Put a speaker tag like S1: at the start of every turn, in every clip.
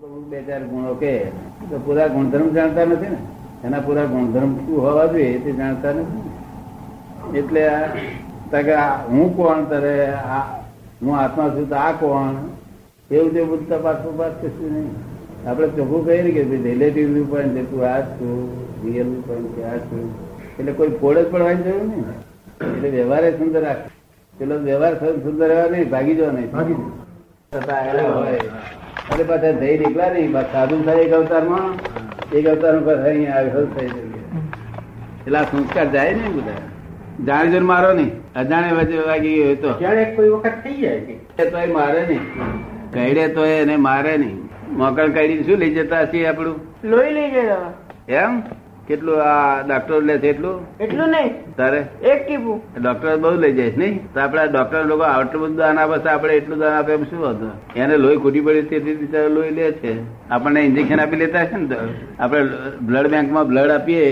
S1: બે ચાર ગુણો કે તો પૂરા ગુણધર્મ જાણતા નથી ને એના પૂરા ગુણધર્મ શું હોવા જોઈએ તે જાણતા નથી એટલે આ તાકે આ હું કોણ તારે આ હું આત્મા છું તો આ કોણ એવું તે બધું તપાસ ઉપાસ કશું નહીં આપણે ચોખ્ખું કહી ને કે ભાઈ રિલેટિવ વ્યૂ પોઈન્ટ છે તું આ જ છું રિયલ વ્યૂ પોઈન્ટ છે આ જ છું એટલે કોઈ ફોડ જ પડવાની જરૂર નહીં એટલે વ્યવહારે સુંદર રાખ પેલો વ્યવહાર સુંદર રહેવા નહીં ભાગી જવા નહીં
S2: ભાગી જવું.
S1: થતા આવ્યા હોય. અને પાછા જઈ નીકળ્યા નહીં બસ સાધુ થાય એક અવતારમાં એક અવતાર ઉપર અહીંયા આવ્યો થઈ જઈએ. એટલે આ સંસ્કાર જાય ને બધા જાણી જોઈને મારો નહીં અજાણે વચ્ચે વાગી ગયો હોય તો
S2: ક્યારેક કોઈ વખત થઈ જાય છે
S1: એ તોય મારે નહીં કઈડે તો એને મારે નહીં મોકળ કઈડી શું લઈ જતા છીએ આપણું
S3: લોહી લઈ જાય
S1: એમ કેટલું આ ડોક્ટર લે છે એટલું
S3: એટલું નહીં
S1: તારે
S3: એક ટીપું
S1: ડોક્ટર બહુ લઈ જાય છે નહીં તો આપડા ડોક્ટર લોકો આટલું બધું દાન આપે છે આપણે એટલું દાન આપે એમ શું હતું એને લોહી ખૂટી પડી તેથી બિચારો લોહી લે છે આપણને ઇન્જેક્શન આપી લેતા છે ને તો આપણે બ્લડ બેંકમાં બ્લડ આપીએ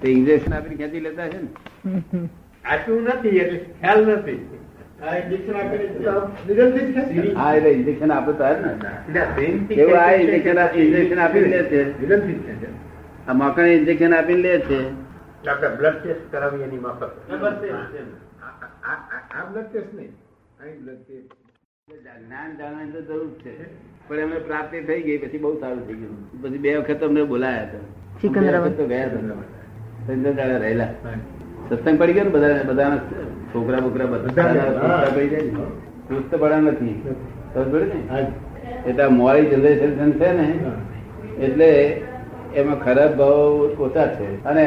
S1: તો ઇન્જેક્શન આપીને ખેંચી લેતા છે ને
S2: આટલું નથી એટલે ખ્યાલ નથી આ injection આપેલી છે તો નિરંતર છે.
S1: હા એટલે ઇન્જેક્શન આપે તો જ ને
S2: એટલે brainથી
S1: એવું આ
S2: કંઈક
S1: injection આપ- injection આપી લે છે.
S2: નિરંતર છે તે.
S1: આ મકાને ઇન્જેક્શન આપીને લે છે
S2: એટલે આપણે બ્લડ ટેસ્ટ કરાવીએ એની માફક
S1: આ blood test છે.
S2: આ- આ આ બ્લડ ટેસ્ટ નહીં અહીં બ્લડ ટેસ્ટ
S1: જ્ઞાન જાણવાની તો જરૂર છે પણ એમને પ્રાપ્તિ થઈ ગઈ પછી બહુ સારું થઈ ગયું પછી બે વખત અમને બોલાયા હતા
S3: સિકંદરાબાદ.
S1: બે વખત તો ગયા હતા સંજોતાળા રહેલા સત્સંગ પડી ગયો ને બધા બધાના છોકરા બોકરા બધા
S2: બધાને, હા.
S1: છૂટા પડી જાય ને ચુસ્ત પડા નથી ખબર પડી ને
S2: હા.
S1: એટલે આ મોડી જનરેશન છે ને એટલે એમાં ખરાબ ભાવ ઓછા છે અને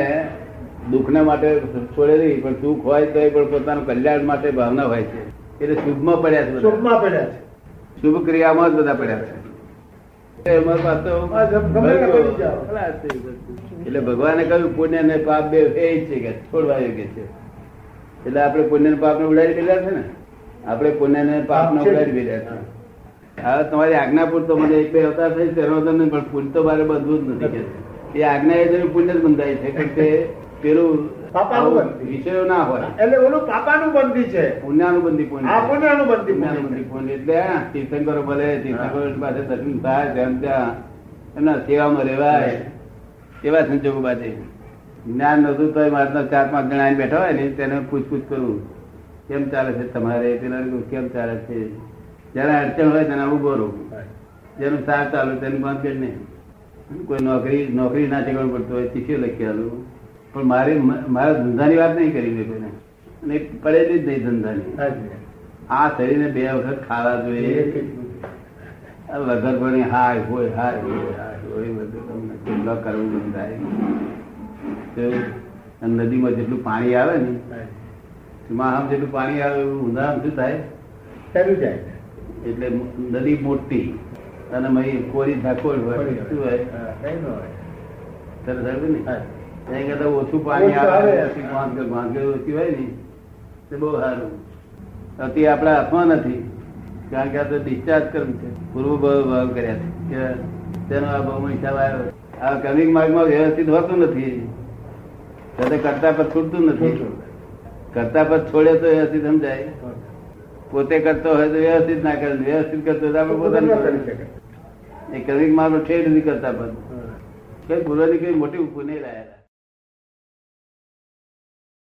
S1: દુઃખના માટે છોડે નહીં પણ સુખ હોય તો પણ પોતાનું કલ્યાણ માટે ભાવના હોય છે એટલે શુભમાં પડ્યા છે બધા.
S2: સુખમાં પડ્યા છે
S1: શુભ ક્રિયામાં જ બધા પડ્યા છે એમાં પાછો
S2: હા, ગમે ત્યાં કરી જાઓ.
S1: ખલાસ થઈ જશે. એટલે ભગવાને કહ્યું પુણ્ય અને પાપ બે એ જ છે કે છોડવા યોગ્ય છે એટલે આપણે પુણ્ય અને પાપને ઉડાડી દેલા છે ને આપણે પુણ્ય અને પાપને
S2: પાપ છે.
S1: ઉડાડી દેલા છે હવે તમારી આજ્ઞા પૂરતો મને એક બે અવતાર થઈ તેનો અવતાર નહીં પણ પુણ્ય તો મારે બંધવું જ નથી કે એ આજ્ઞા એ તો પુણ્ય જ બંધાય છે કારણ કે પેલું
S2: પાપાનું બંધ.
S1: વિષયો ના હોય
S2: એટલે ઓલું પાપાનું બંધી છે
S1: પુણ્યાનુબંધી પુણ્ય
S2: આ પુણ્યનું બંધી
S1: પુણ્યાનુબંધી
S2: પુણ્ય.
S1: પુણ્ય એટલે હા, તીર્થંકરો ભલે તીર્થંકરો પાસે દર્શન થાય તેમ ત્યાં એમના સેવામાં રહેવાય એવા સંજોગો પાસે જ્ઞાન નતું તો મારા ચાર પાંચ જણા આઈને બેઠા હોય ને તેને પૂછપૂછ કરું કેમ ચાલે છે તમારે પેલા કેમ ચાલે છે જયારે અડચણ હોય તેને ઉભો રહું જેનું સાર ચાલુ તેનું બંધ કરી નહીં કોઈ નોકરી નોકરી ના ઠેકાણું પડતું હોય શીખ્યો લખી આલું પણ મારે મ- મારા ધંધાની વાત નહીં કરી મેં કોઈને અને પડેલી જ નહીં ધંધાની આ શરીરને બે વખત ખાવા જોઈએ આ વગર ભણી હાય હોય હાય હોય હાય હોય બધું તમને ચૂંદા કરવું બંધાય તો અને નદીમાં જેટલું પાણી આવે ને એમાં આમ જેટલું પાણી આવે એવું ઊંધામાં શું થાય
S2: ચાલ્યું જાય
S1: એટલે મો- નદી મોટી અને મહી કોરી ધાકોળ હોય શું હોય
S2: હા, કઈ ન હોય.
S1: તરત આવે ને
S2: હા.
S1: એના કરતા ઓછું પાણી
S2: ઓછું આવે.
S1: આવે ઓછી ગોંધ- ગોંધકેલ ઓછી હોય ને તે બહુ સારું અતિ આપણા હાથમાં નથી કારણ કે આ તો discharge કર્મ છે પૂર્વ ભાવ ભાવ કર્યા છે કે તેનો આ બહુ હિસાબ આવ્યો આ ક્રમિક માર્ગમાં વ્યવસ્થિત હોતું નથી સાથે કરતા પર છૂટતું નથી કરતા પર છોડે તો વ્યવસ્થિત સમજાય પોતે કરતો હોય તો વ્યવસ્થિત ના કરે વ્યવસ્થિત કરતો હોય તો આપણે પોતાનું કરીએ.
S2: હા.
S1: એ ક્રમિક માર્ગ ઠેઠ નથી કરતા પર કઈ પૂર્વની કઈ મોટી પુણ્ય લાયેલા